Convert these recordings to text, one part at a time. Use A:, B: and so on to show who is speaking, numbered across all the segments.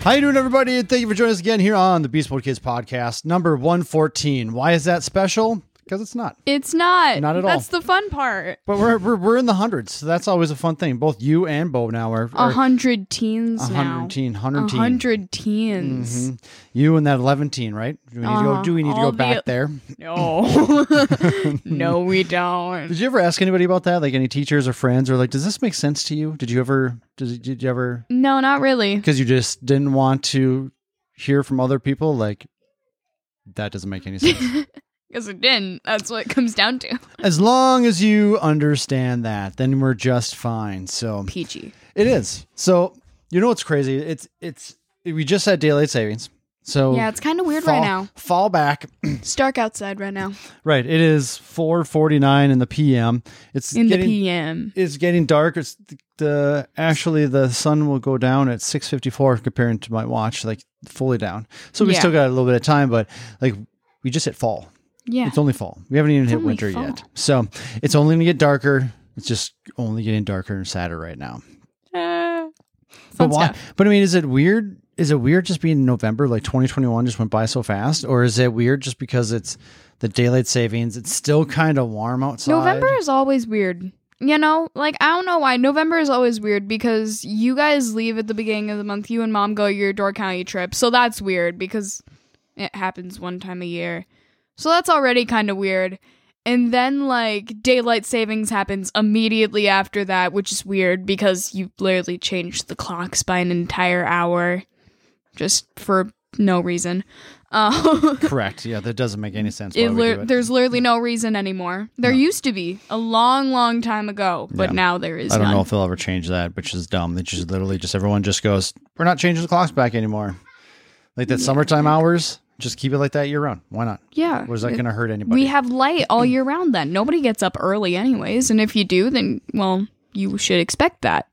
A: How you doing, everybody? And thank you for joining us again here on the Beast Mode Kids podcast, number 114. Why is that special? Because it's not.
B: It's not.
A: Not at all.
B: That's the fun part.
A: But we're, we're, we're in the hundreds, so that's always a fun thing. Both you and Bo now are,
B: A
A: are
B: hundred teens now.
A: 110,
B: A
A: 110.
B: hundred teens.
A: Mm-hmm. You and that 11 teen, right? Do we need to go,
B: Uh-huh.
A: do we need to
B: All
A: go
B: the-
A: back there?
B: No, no, we don't.
A: Mm-hmm. Did you ever ask anybody about that? Like any teachers or friends, or like, does this make sense to you? Did you ever, did, did you ever,
B: No, not really.
A: because you just didn't want to hear from other people? Like, that doesn't make any sense.
B: Because it didn't. That's what it comes down to.
A: As long as you understand that, then we're just fine. So
B: Peachy.
A: it is. So you know what's crazy? It's it's we just had daylight savings. So
B: Yeah, it's kind of weird
A: fall,
B: right now.
A: Fall back.
B: It's dark outside right now
A: right. It is four forty nine in the PM. It's
B: in
A: getting,
B: the PM.
A: It's getting dark. It's th- the actually the sun will go down at six fifty four comparing to my watch, like fully down. So we
B: Yeah.
A: still got a little bit of time, but like we just hit fall.
B: Yeah.
A: It's only fall. We haven't even hit
B: only
A: winter
B: fall.
A: yet. So it's only going to get darker. It's just only getting darker and sadder right now.
B: Uh, fun
A: But why?
B: stuff.
A: But I mean, is it weird? Is it weird just being November? Like 2021 just went by so fast? Or is it weird just because it's the daylight savings? It's still kind of warm outside.
B: November is always weird. You know, like I don't know why November is always weird because you guys leave at the beginning of the month. You and mom go your Door County trip, so that's weird because it happens one time a year. So that's already kind of weird. And then like daylight savings happens immediately after that, which is weird because you literally changed the clocks by an entire hour just for no reason. Uh,
A: Correct. Yeah, that doesn't make any sense. Why
B: it
A: we
B: lir-
A: do it.
B: there's literally no reason anymore. There used to be a long, long time ago, but
A: Yeah.
B: now there is
A: I don't
B: none.
A: know if they'll ever change that, which is dumb. They just literally just everyone just goes, we're not changing the clocks back anymore. Like that summertime hours, just keep it like that year round. Why not?
B: yeah,
A: Was that going to hurt anybody?
B: we have light all year round. Then nobody gets up early, anyways. And if you do, then well, you should expect that.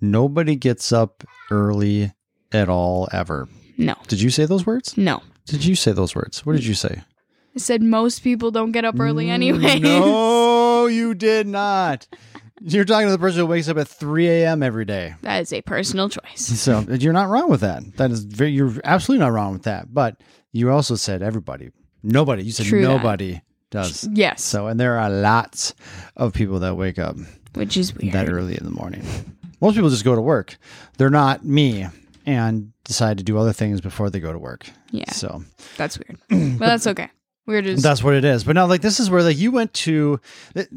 A: Nobody gets up early at all ever.
B: No,
A: Did you say those words?
B: no.
A: Did you say those words? What did you say?
B: I said most people don't get up early, anyways.
A: Mm, No, you did not. You're talking to the person who wakes up at 3 a.m. every day.
B: That is a personal choice.
A: So you're not wrong with that. That is very, you're absolutely not wrong with that. But you also said everybody, nobody. You said
B: True that.
A: nobody does.
B: Yes,
A: So, and there are lots of people that wake up
B: which is weird.
A: that early in the morning. Most people just go to work. They're not me and decide to do other things before they go to work.
B: yeah,
A: So
B: that's weird, but that's okay. We're just
A: that's what it is. But now, like, this is where like you went to. th-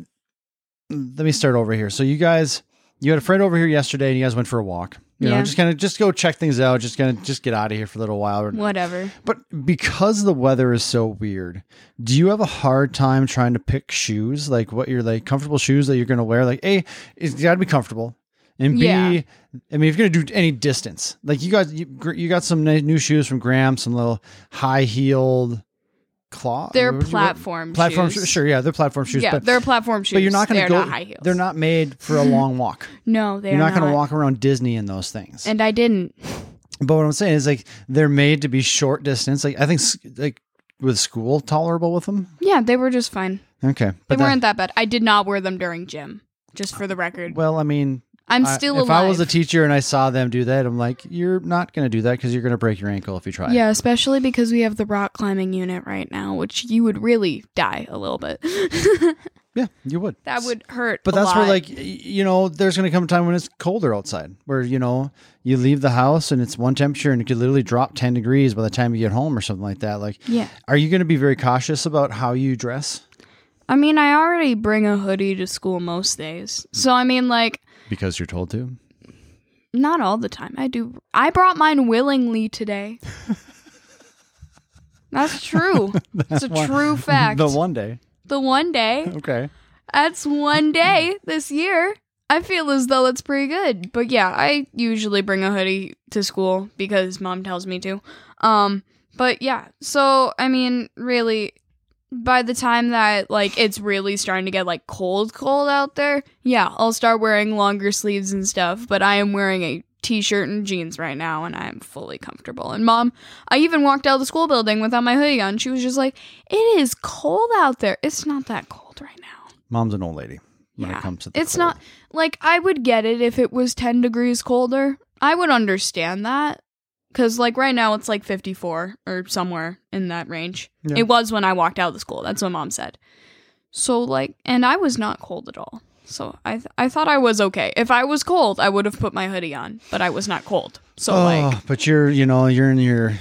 A: Let me start over here. So you guys, you had a friend over here yesterday, and you guys went for a walk. You know,
B: Yeah.
A: just kind of just go check things out. Just kind of just get out of here for a little while. or-
B: whatever.
A: But because the weather is so weird, do you have a hard time trying to pick shoes? Like what you're like comfortable shoes that you're going to wear? Like A, it's got to be comfortable. And B, I
B: Yeah.
A: mean, if you're going to do any distance, like you guys, you, gr- you got some ni- new shoes from Graham, some little high heeled claw.
B: They're
A: what would you- what-
B: platform
A: Platform
B: shoes.
A: shoes. Sure. Yeah. They're platform shoes.
B: yeah,
A: but,
B: they're platform shoes.
A: but you're not going to
B: They're
A: go,
B: high heels.
A: they're not made for a long walk.
B: No, they
A: You're
B: are
A: not going to walk around Disney in those things.
B: And I didn't.
A: But what I'm saying is like they're made to be short distance. Like I think s- like with school tolerable with them.
B: Yeah, they were just fine.
A: Okay,
B: They
A: but that-
B: weren't that bad. I did not wear them during gym, just for the record.
A: well, I mean,
B: I'm
A: I-
B: still
A: if
B: alive.
A: I was a teacher and I saw them do that, I'm like, you're not gonna do that because you're gonna break your ankle if you try. it."
B: yeah, especially because we have the rock climbing unit right now, which you would really die a little bit.
A: yeah, you would.
B: that would hurt.
A: But
B: a
A: that's where
B: lot.
A: like y- you know, there's gonna come a time when it's colder outside, where you know you leave the house and it's one temperature and it could literally drop ten degrees by the time you get home or something like that. Like,
B: yeah.
A: are you gonna be very cautious about how you dress?
B: I mean, I already bring a hoodie to school most days, so I mean, like,
A: Because you're told to.
B: not all the time. I do. I brought mine willingly today. that's true. It's a true fact.
A: The one day.
B: the one day.
A: Okay.
B: That's one day this year. I feel as though it's pretty good. But yeah, I usually bring a hoodie to school because mom tells me to. Um, but yeah, so I mean, really by the time that like it's really starting to get like cold cold out there, yeah, I'll start wearing longer sleeves and stuff, but I am wearing a t-shirt and jeans right now and I'm fully comfortable. And mom, I even walked out of the school building without my hoodie on. She was just like, "It is cold out there. It's not that cold right now."
A: mom's an old lady when
B: Yeah.
A: it comes to the
B: It's
A: cold.
B: not like I would get it if it was 10 degrees colder. I would understand that. Cause like right now it's like 54 or somewhere in that range.
A: Yeah.
B: It was when I walked out of the school. That's what mom said. So like, and I was not cold at all. So I th- I thought I was okay. If I was cold, I would have put my hoodie on, but I was not cold. So
A: oh,
B: like,
A: but you're you know you're in your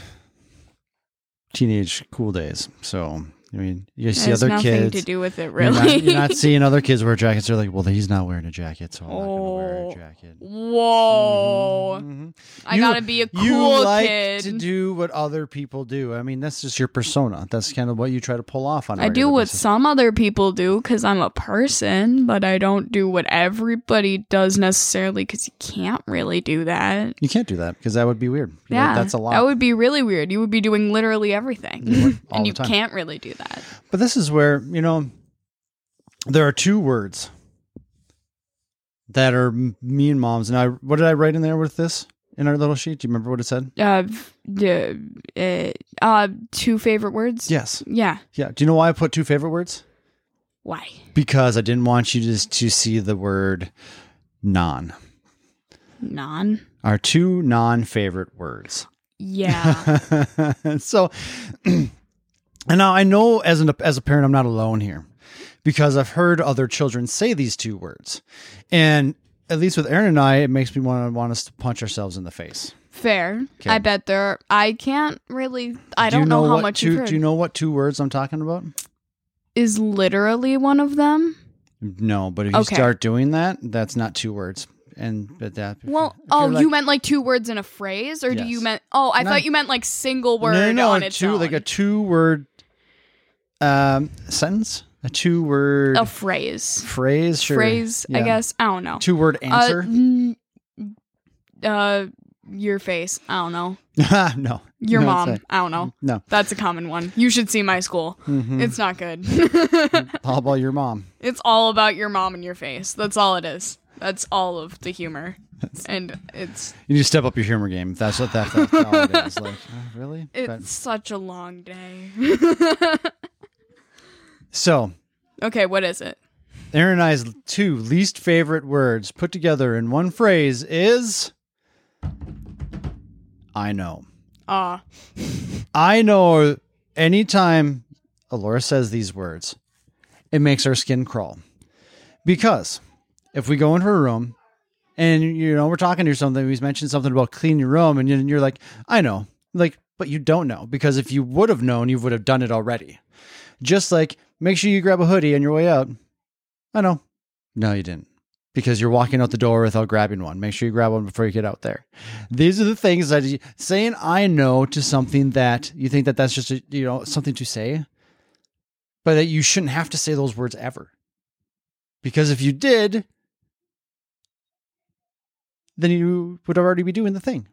A: teenage cool days, so I mean you see
B: there's
A: other
B: nothing
A: kids.
B: to do with it
A: You're
B: really.
A: not- You're not, seeing other kids wear jackets. They're like, well, he's not wearing a jacket, so I'm not going to wear
B: Oh.
A: a jacket.
B: Whoa!
A: Mhm.
B: I
A: You-
B: gotta be a cool
A: You like
B: kid.
A: to do what other people do. I mean, that's just your persona. That's kind of what you try to pull off on. a
B: I do
A: regular
B: what
A: basis.
B: some other people do because I'm a person, but I don't do what everybody does necessarily because you can't really do that.
A: You can't do that because that would be weird. You know,
B: Yeah,
A: that's a lot.
B: That would be really weird. You would be doing literally everything,
A: You would, all
B: and
A: the
B: you
A: time.
B: can't really do that.
A: But this is where, you know, there are two words that are m- me and mom's. And I, what did I write in there with this in our little sheet? Do you remember what it said?
B: Uh, d- uh, uh, two favorite words.
A: Yes.
B: Yeah.
A: Yeah. Do you know why I put two favorite words?
B: Why?
A: Because I didn't want you to, to see the word non.
B: Non.
A: Our two non favorite words.
B: Yeah.
A: so and now I know as an as a parent I'm not alone here because I've heard other children say these two words. And at least with Aaron and I, it makes me want to want us to punch ourselves in the face.
B: Fair.
A: Okay.
B: I bet there. Are, I can't really. I
A: Do
B: don't
A: you
B: know, how
A: what
B: much
A: two,
B: you've heard.
A: Do you know what two words I'm talking about?
B: Is literally one of them.
A: No, but if you
B: Okay.
A: start doing that, that's not two words. And but that
B: Well,
A: if
B: oh,
A: you're like-
B: you meant like two words in a phrase, or do you
A: Yes.
B: meant? Oh, I
A: No.
B: thought you meant like single word
A: no, no, no,
B: on
A: a
B: its
A: two
B: own.
A: like a two word um sentence, a two word
B: A phrase,
A: phrase, sure.
B: phrase. I
A: Yeah.
B: guess I don't know.
A: Two word answer.
B: Uh, n- uh, your face. I don't know.
A: Ah, no.
B: Your
A: No,
B: mom.
A: it's
B: I don't know.
A: No.
B: That's a common one. You should see my school.
A: not. Mhm.
B: It's not good.
A: How about your mom?
B: it's all about your mom and your face. That's all it is. That's all of the humor, and it's
A: You need to step up your humor game. That's what that, that's all it is. Like, uh, really?
B: it's
A: But-
B: such a long day.
A: so,
B: okay, what is it?
A: Aaron and I's two least favorite words put together in one phrase is I know.
B: Ah.
A: I know anytime Alora says these words, it makes our skin crawl. Because if we go into her room and you know we're talking to something, he's mentioned something about clean your room, and you- and you're like, I know, like, but you don't know because if you would have known, you would have done it already. Just like make sure you grab a hoodie on your way out. I know, no, you didn't. Because you're walking out the door without grabbing one. Make sure you grab one before you get out there these are the things that you, saying I know to something that you think that that's just a, you know something to say, but that you shouldn't have to say those words ever, because if you did, then you would already be doing the thing.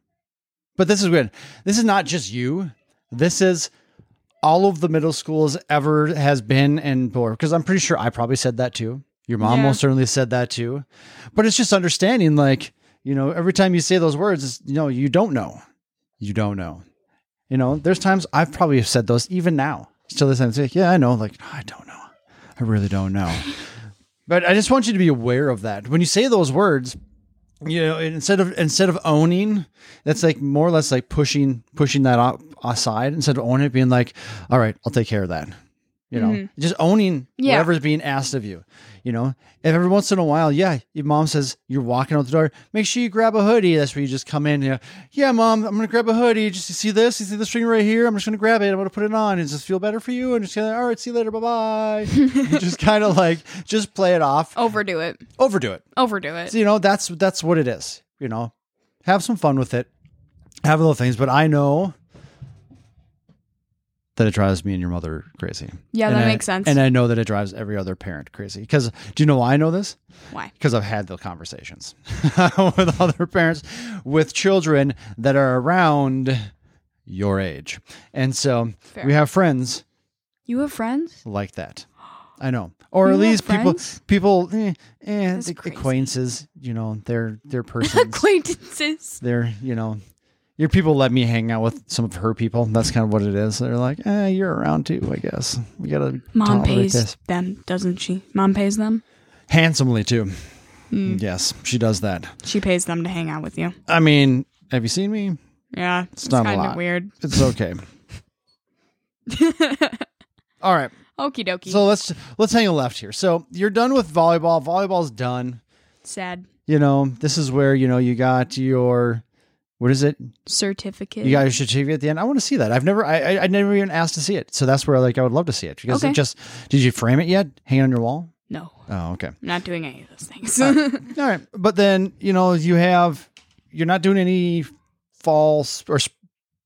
A: But this is good. This is not just you. This is all of the middle schools ever has been and before. Because I'm pretty sure I probably said that too. Your mom
B: Yeah.
A: most certainly said that too. But it's just understanding, like you know, every time you say those words, it's, you know, you don't know, you don't know. You know, there's times I've probably said those even now. Still, this time, it's like, yeah, I know. Like, "Ah, I don't know. I really don't know. But I just want you to be aware of that. When you say those words, you know, and instead of instead of owning, that's like more or less like pushing pushing that o- aside instead of owning it, being like, "All right, I'll take care of that." You know, just owning
B: Yeah.
A: whatever's being asked of you. You know, if every once in a while, yeah, your mom says you're walking out the door, make sure you grab a hoodie. That's where you just come in. You know, yeah, mom, I'm gonna grab a hoodie. Just you see this, you see this string right here. I'm just gonna grab it. I'm gonna put it on. Does this feel better for you? And just gonna, all right, see you later. Bye bye. just kind of like just play it off,
B: Overdo it.
A: overdo it.
B: Overdo it.
A: So, you know, that's that's what it is. You know, have some fun with it, have little things. But I know that it drives me and your mother crazy.
B: Yeah,
A: And
B: that
A: I-
B: makes sense.
A: And I know that it drives every other parent crazy. Because do you know why I know this?
B: Why?
A: Because I've had the conversations with other parents with children that are around your age, and so
B: Fair.
A: we have friends
B: You have friends?
A: like that. I know, or at
B: You have
A: least people,
B: friends?
A: people, eh, eh,
B: That's
A: ac-
B: crazy.
A: acquaintances. You know, they're they're persons.
B: Acquaintances.
A: they're you know, your people let me hang out with some of her people. That's kind of what it is. They're like, eh, you're around too, I guess. We gotta
B: Mom
A: tolerate
B: pays
A: this
B: them, doesn't she? Mom pays them?
A: handsomely too.
B: Hmm.
A: Yes, she does that.
B: She pays them to hang out with you.
A: I mean, have you seen me?
B: Yeah, it's,
A: not a
B: kind of
A: lot.
B: weird.
A: It's okay.
B: Okie
A: All right.
B: dokie.
A: So let's let's hang a left here. So you're done with volleyball. Volleyball's done.
B: Sad
A: You know, this is where, you know, you got your what is it?
B: certificate.
A: You got your certificate at the end. I want to see that. I've never I, I I never even asked to see it. So that's where like I would love to see it. Because
B: Okay.
A: it just did you frame it yet? Hang it on your wall?
B: no,
A: Oh, okay.
B: I'm not doing any of those things.
A: All right, but then you know you have you're not doing any fall s- or s-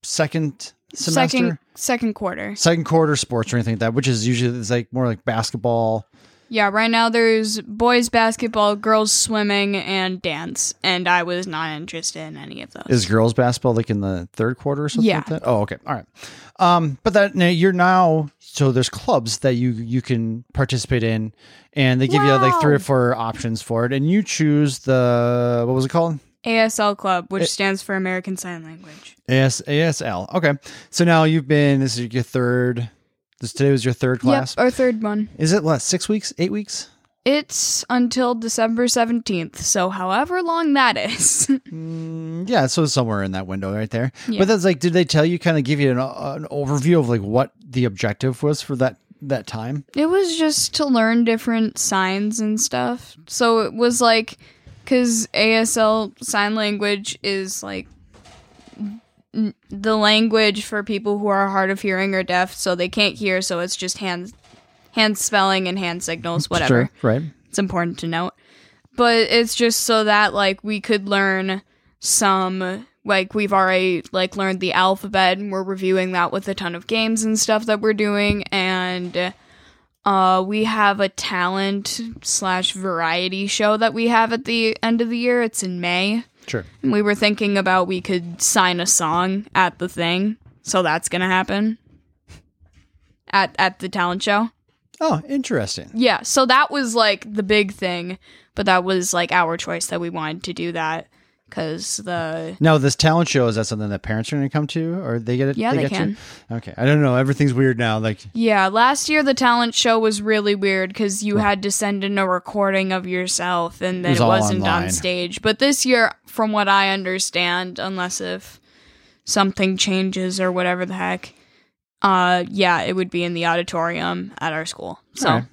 A: second semester,
B: second
A: second,
B: second quarter.
A: quarter sports or anything like that, which is usually it's like more like basketball.
B: Yeah, right now there's boys basketball, girls swimming, and dance, and I was not interested in any of those.
A: Is girls basketball like in the third quarter or something
B: Yeah.
A: like that? Oh, okay, all right. Um, but that now you're now so there's clubs that you you can participate in, and they give you like three
B: Wow.
A: or four options for it, and you choose the what was it called?
B: ASL Club, which
A: It-
B: stands for American Sign Language.
A: AS, ASL. Okay, so now you've been this is your third. This today was your third class.
B: Yep, our third one.
A: Is it what, six weeks, eight weeks?
B: It's until December 17th, so however long that is.
A: Mm, yeah, so somewhere in that window right there.
B: Yeah.
A: But that's like, did they tell you kind of give you an, uh, an overview of like what the objective was for that that time?
B: It was just to learn different signs and stuff. So it was like, because ASL sign language is like n- the language for people who are hard of hearing or deaf, so they can't hear. So it's just hand hand spelling and hand signals, whatever.
A: Sure, right.
B: It's important to note. But it's just so that like we could learn some like we've already like learned the alphabet and we're reviewing that with a ton of games and stuff that we're doing and uh we have a talent slash variety show that we have at the end of the year. It's in May.
A: Sure.
B: And we were thinking about we could sign a song at the thing. So that's gonna happen. At at the talent show.
A: Oh, interesting.
B: Yeah, so that was like the big thing, but that was like our choice that we wanted to do that because the
A: Now, this talent show, is that something that parents are going to come to or they get it?
B: Yeah, they
A: get to- Okay. I don't know. Everything's weird now. Like,
B: yeah last year the talent show was really weird because you had to send in a recording of yourself and then
A: was
B: it,
A: all
B: wasn't
A: online.
B: on stage. But this year, from what I understand, unless if something changes or whatever the heck, uh, yeah, it would be in the auditorium at our school. So
A: All right.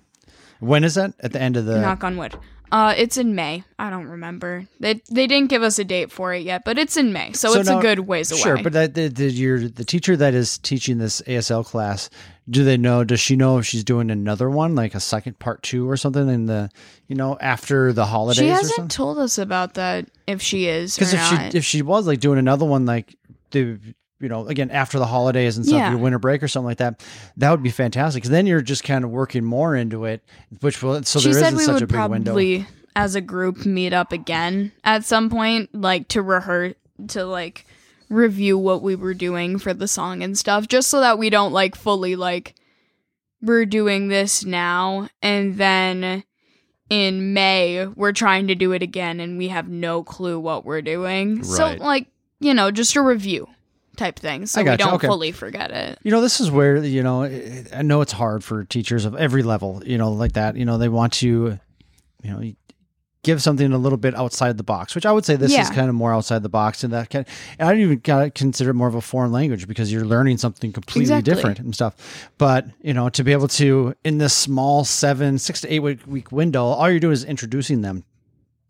A: when is that? At the end of the.
B: knock on wood. Uh, it's in May. I don't remember. They they didn't give us a date for it yet, but it's in May, so,
A: So
B: it's
A: now-
B: a good ways away.
A: Sure, but that, the, the, your, the teacher that is teaching this ASL class, do they know? Does she know if she's doing another one, like a second part two or something in the, you know, after the holidays
B: she
A: or
B: hasn't
A: something?
B: told us about that if she is
A: Because
B: or
A: if
B: not.
A: she if she was like doing another one, like the you know again after the holidays and stuff,
B: Yeah.
A: your winter break or something like that, that would be fantastic. 'Cause then you're just kind of working more into it, which will so
B: she
A: there
B: said
A: isn't
B: we
A: such a
B: would
A: big window.
B: probably, as a group, meet up again at some point, like to rehearse to like review what we were doing for the song and stuff, just so that we don't like fully like we're doing this now and then in May we're trying to do it again and we have no clue what we're doing. So
A: Right.
B: like, you know, just a review type thing so
A: I
B: we
A: gotcha,
B: don't
A: okay.
B: fully forget it.
A: You know, this is where, you know, I- I know it's hard for teachers of every level, you know, like that. You know, they want to, you know, give something a little bit outside the box, which I would say this is
B: Yeah.
A: kind of more outside the box and that kind and I don't even gotta consider it more of a foreign language because you're learning something completely
B: Exactly.
A: different and stuff. But, you know, to be able to, in this small seven, six to eight week, week window, all you're doing is introducing them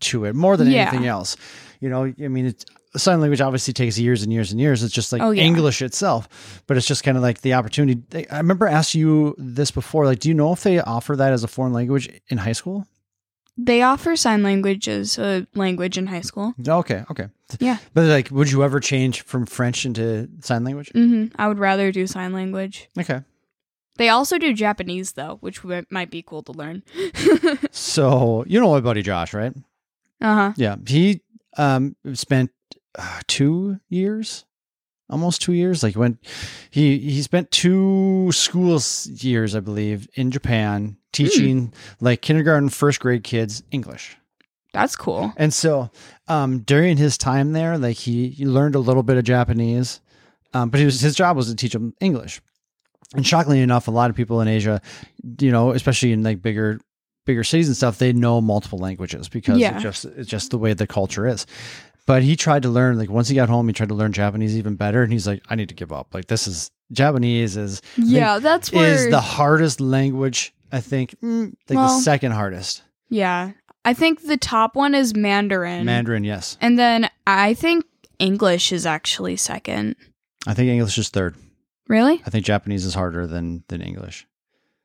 A: to it more than
B: Yeah.
A: anything else. You know, I mean, it's, sign language obviously takes years and years and years. It's just like
B: Oh, yeah.
A: English itself, but it's just kind of like the opportunity. They- I remember asking you this before. Like, do you know if they offer that as a foreign language in high school?
B: They offer sign language as a language in high school.
A: Oh, Okay, okay.
B: Yeah.
A: But like, would you ever change from French into sign language?
B: hmm I would rather do sign language.
A: Okay.
B: They also do Japanese though, which w- might be cool to learn.
A: So you know my buddy Josh, right?
B: uh huh.
A: Yeah, he um spent uh, two years, almost two years. Like when he he spent two school s- years, I believe, in Japan teaching like kindergarten, first grade kids English.
B: That's cool.
A: And so um during his time there, like he, he learned a little bit of Japanese, um, but he was, his job was to teach them English. And shockingly enough, a lot of people in Asia, you know, especially in like bigger bigger cities and stuff, they know multiple languages because
B: Yeah.
A: it's just it's just the way the culture is. But he tried to learn, like, once he got home, he tried to learn Japanese even better. And he's like, I need to give up. Like, this is Japanese is
B: Yeah, that's
A: is
B: where.
A: the hardest language, I think. Mm, like, the
B: Well-
A: second hardest.
B: yeah, I think the top one is Mandarin.
A: Mandarin, yes.
B: and then I think English is actually second.
A: I think English is third.
B: Really?
A: I think Japanese is harder than than English.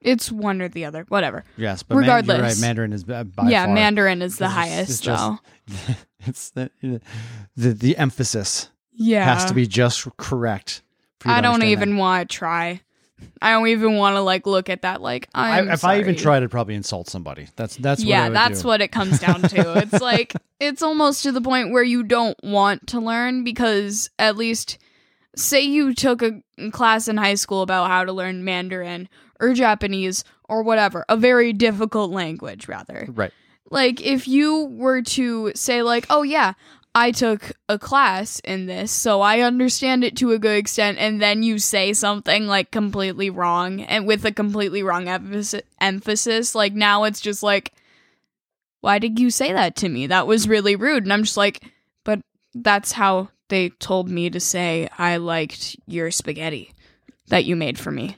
B: It's one or the other. Whatever.
A: Yes, but Mandarin- you're
B: Regardless.
A: right, Mandarin is uh, by by
B: yeah,
A: far.
B: Mandarin is the
A: It's just-
B: highest
A: it's just-
B: though.
A: it's the, the the emphasis
B: Yeah.
A: has to be just correct. for you to
B: I don't
A: understand that.
B: even want to try. I don't even want to like look at that like
A: I,
B: I'm
A: if I even
B: sorry.
A: tried, I'd probably insult somebody. That's that's
B: yeah,
A: What I would
B: that's
A: do.
B: what it comes down to. It's like it's almost to the point where you don't want to learn because at least say you took a class in high school about how to learn Mandarin or Japanese or whatever, a very difficult language rather.
A: Right.
B: Like if you were to say like, "Oh yeah, I took a class in this, so I understand it to a good extent," and then you say something like completely wrong and with a completely wrong emphasis, emphasis like now it's just like, "Why did you say that to me? That was really rude." And I'm just like, "But that's how they told me to say I liked your spaghetti that you made for me."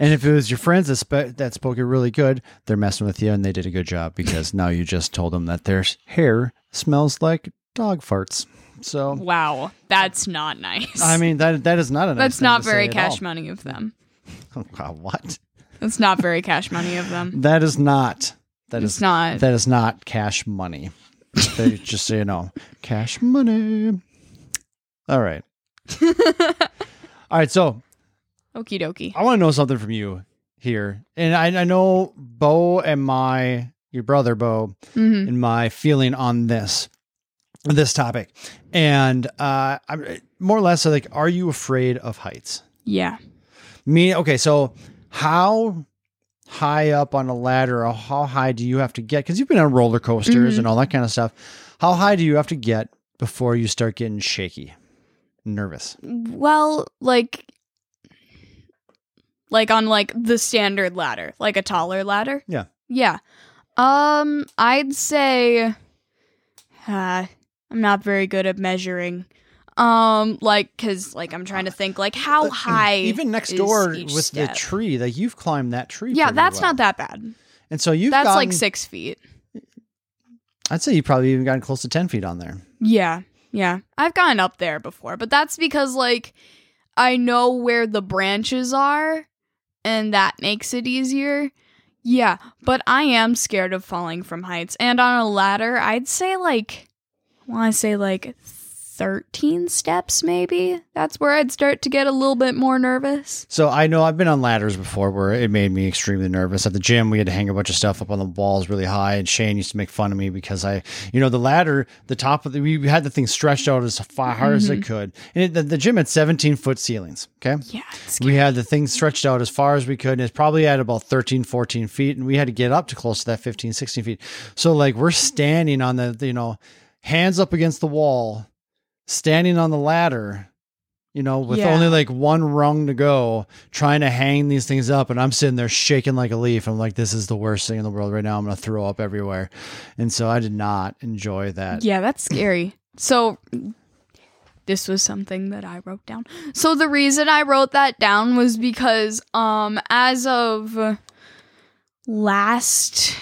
A: And if it was your friends that, spe- that spoke it really good, they're messing with you, and they did a good job because now you just told them that their hair smells like dog farts. So
B: wow, that's not nice.
A: I mean that that is not a nice
B: that's
A: thing
B: not
A: to say
B: very
A: at all.
B: cash money of them.
A: Wow, what?
B: That's not very cash money of them.
A: That is not. That
B: It's
A: is
B: not.
A: That is not cash money. they just so you know, cash money. All right. All right. So
B: Okie dokie.
A: I want to know something from you here, and I, I know Bo and my your brother Bo
B: hmm
A: and my feeling on this this topic, and uh, I'm more or less like, are you afraid of heights?
B: Yeah.
A: Me, okay. So how high up on a ladder, or how high do you have to get? Because you've been on roller coasters
B: Mhm.
A: and all that kind of stuff. How high do you have to get before you start getting shaky, nervous?
B: Well, like, like on like the standard ladder, like a taller ladder.
A: Yeah.
B: Yeah. Um, I'd say, uh, I'm not very good at measuring. Um, like, cause like I'm trying to think, like how
A: But
B: high?
A: Even next
B: is
A: door
B: each
A: with the
B: step?
A: tree, like you've climbed that tree.
B: Yeah,
A: pretty
B: that's
A: well.
B: not that bad.
A: And so you've
B: That's like
A: gotten-
B: six feet.
A: I'd say you probably even gotten close to ten feet on there.
B: Yeah. Yeah. I've gone up there before, but that's because like I know where the branches are and that makes it easier. Yeah, but I am scared of falling from heights. And on a ladder, I'd say like I want to say like 13 steps maybe. That's where I'd start to get a little bit more nervous.
A: So I know I've been on ladders before where it made me extremely nervous. At the gym, we had to hang a bunch of stuff up on the walls really high, and Shane used to make fun of me because I, you know, the ladder, the top of the, we had the thing stretched out as far as it could, and it, the, the gym had 17 foot ceilings. Okay.
B: Yeah, it's
A: We had the thing stretched out as far as we could, and it's probably at about 13, 14 feet, and we had to get up to close to that 15, 16 feet. So, like, we're standing on the, you know, hands up against the wall, standing on the ladder, you know, with
B: Yeah.
A: only like one rung to go, trying to hang these things up. And I'm sitting there shaking like a leaf. I'm like, this is the worst thing in the world right now. I'm going to throw up everywhere. And so I did not enjoy that.
B: Yeah, that's scary. So this was something that I wrote down. So the reason I wrote that down was because um as of last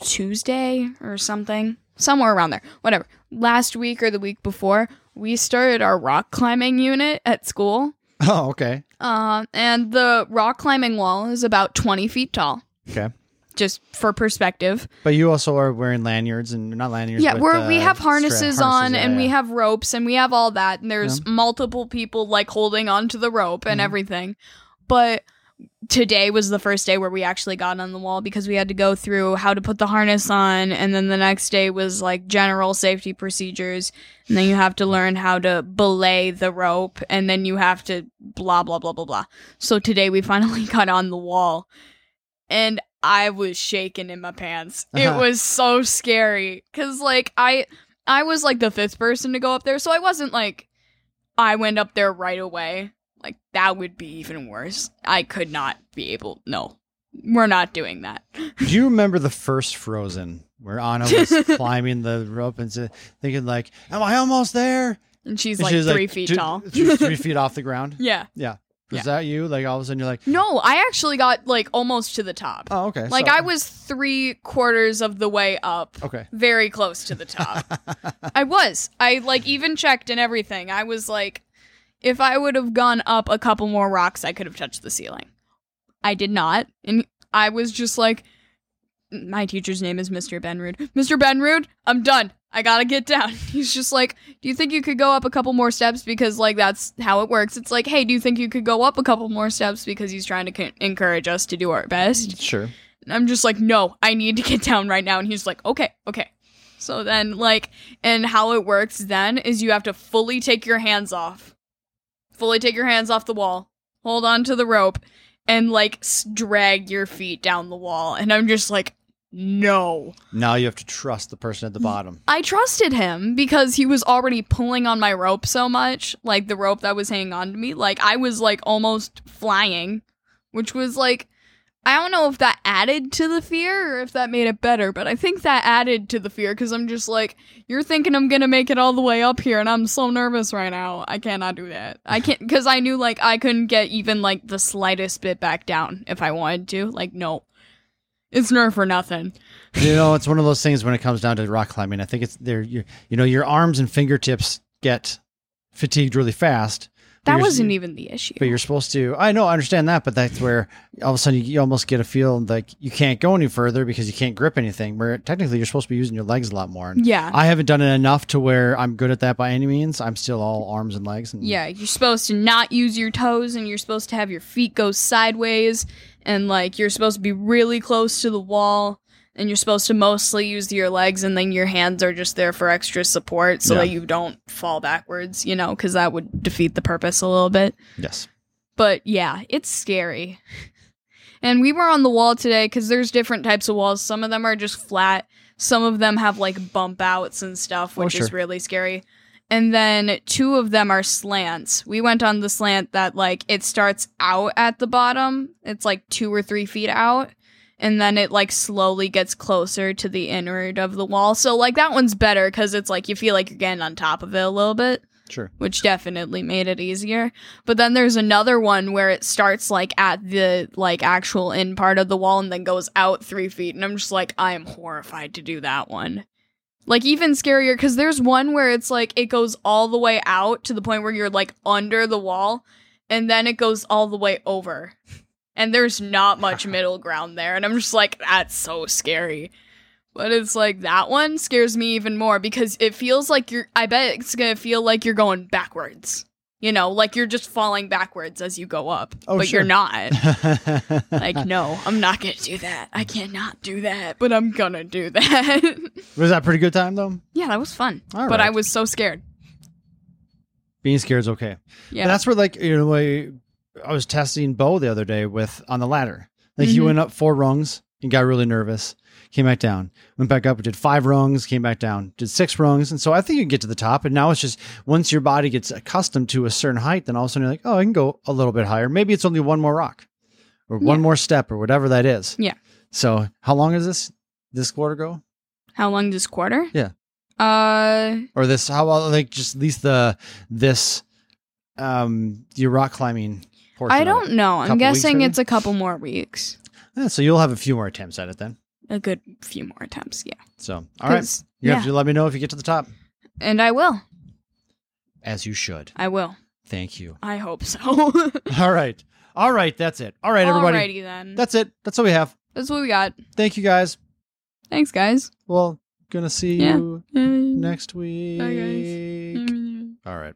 B: Tuesday or something, somewhere around there. Whatever. Last week or the week before, we started our rock climbing unit at school.
A: Oh, okay.
B: Um and the rock climbing wall is about 20 feet tall,
A: Okay.
B: just for perspective.
A: But you also are wearing lanyards and not lanyards.
B: Yeah,
A: but,
B: we're, we
A: uh,
B: have
A: stra-
B: harnesses, on
A: yeah,
B: and we
A: yeah.
B: have ropes and we have all that. And there's multiple people like holding onto the rope and everything. But today was the first day where we actually got on the wall because we had to go through how to put the harness on. And then the next day was like general safety procedures. And then you have to learn how to belay the rope. And then you have to blah, blah, blah, blah, blah. So today we finally got on the wall. And I was shaking in my pants. It
A: Uh-huh.
B: was so scary cuz like I I was like the fifth person to go up there, so I wasn't like I went up there right away. Like that would be even worse. I could not be able no. we're not doing that.
A: Do you remember the first Frozen where Anna was climbing the rope and sa- thinking like, "Am I almost there?"
B: And she's
A: And
B: like
A: she was
B: three feet
A: two-
B: tall.
A: three, three feet off the ground.
B: Yeah.
A: Is
B: Yeah.
A: that you? Like all of a sudden you're like,
B: No, I actually got like almost to the top.
A: "Oh, okay."
B: like
A: so-
B: I was three quarters of the way up.
A: Okay.
B: Very close to the top. I was. I like even checked and everything. I was like, if I would have gone up a couple more rocks, I could have touched the ceiling. I did not. And I was just like, my teacher's name is Mr. Benrude. Mr. Benrude, I'm done. I gotta get down. He's just like, Do you think you could go up a couple more steps? Because, like, that's how it works. It's like, Hey, do you think you could go up a couple more steps? Because he's trying to c- encourage us to do our best.
A: Sure.
B: And I'm just like, no, I need to get down right now. And he's like, okay, okay. So then, like, and how it works then is you have to fully take your hands off, fully take your hands off the wall, hold on to the rope, and like s- drag your feet down the wall. And I'm just like, no.
A: Now you have to trust the person at the bottom.
B: I trusted him because he was already pulling on my rope so much, like the rope that was hanging on to me. Like I was like almost flying, which was like I don't know if that added to the fear or if that made it better, but I think that added to the fear because I'm just like, you're thinking I'm gonna make it all the way up here, and I'm so nervous right now. I cannot do that. I can't because I knew like I couldn't get even like the slightest bit back down if I wanted to. Like no, it's nerve for nothing.
A: you know, it's one of those things when it comes down to rock climbing. I think it's there. You you know, your arms and fingertips get fatigued really fast. but
B: That
A: you're-
B: wasn't even the issue.
A: But you're supposed to. I know, I understand that, but that's where all of a sudden you, you almost get a feel like you can't go any further because you can't grip anything. Where technically you're supposed to be using your legs a lot more. And
B: yeah.
A: I haven't done it enough to where I'm good at that by any means. I'm still all arms and legs. And
B: Yeah, you're supposed to not use your toes and you're supposed to have your feet go sideways and like you're supposed to be really close to the wall and you're supposed to mostly use your legs and then your hands are just there for extra support so
A: Yeah.
B: that you don't fall backwards, you know, cuz that would defeat the purpose a little bit.
A: Yes.
B: But yeah, it's scary. And we were on the wall today because there's different types of walls. Some of them are just flat. Some of them have like bump outs and stuff,
A: Oh,
B: which is
A: sure.
B: really scary. And then two of them are slants. We went on the slant that like it starts out at the bottom. It's like two or three feet out. And then it like slowly gets closer to the innard of the wall. So like that one's better because it's like you feel like you're getting on top of it a little bit
A: Sure.
B: which definitely made it easier. But then there's another one where it starts like at the like actual end part of the wall and then goes out three feet, and I'm just like, I am horrified to do that one. Like even scarier because there's one where it's like it goes all the way out to the point where you're like under the wall, and then it goes all the way over, and there's not much middle ground there, and I'm just like, that's so scary. But it's like that one scares me even more because it feels like you're. I bet it's gonna feel like you're going backwards. You know, like you're just falling backwards as you go up,
A: Oh,
B: but
A: sure.
B: you're not. Like, no, I'm not gonna do that. I cannot do that, but I'm gonna do that.
A: was that a pretty good time though?
B: yeah, that was fun,
A: All
B: but I
A: right.
B: was so scared.
A: Being scared is okay.
B: Yeah,
A: And that's where like you know I, I was testing Bo the other day with on the ladder. Like he
B: Mhm.
A: went up four rungs and got really nervous, came back down, went back up, did five rungs, came back down, did six rungs, and so I think you get to the top. And now it's just once your body gets accustomed to a certain height, then all of a sudden you're like, oh, I can go a little bit higher. Maybe it's only one more rock, or one
B: Yeah.
A: more step, or whatever that is.
B: Yeah.
A: So how long is this? This quarter go,
B: how long this quarter?
A: Yeah.
B: Uh,
A: or this? How long? Like just at least the this, um, your rock climbing. portion of
B: I
A: it.
B: don't know. I'm
A: Couple weeks,
B: guessing
A: maybe?
B: it's a couple more weeks.
A: Yeah, Eh, so you'll have a few more attempts at it then.
B: A good few more attempts. Yeah.
A: So, all right.
B: 'Cause-
A: You
B: Yeah.
A: have to let me know if you get to the top,
B: and I will.
A: as you should.
B: I will.
A: Thank you.
B: I hope so.
A: All right. All right. That's it. All right, everybody.
B: Alrighty then.
A: That's it. That's all we have.
B: That's what we got.
A: Thank you guys.
B: Thanks, guys.
A: Well, gonna see
B: Yeah.
A: you next week.
B: guys.
A: All right.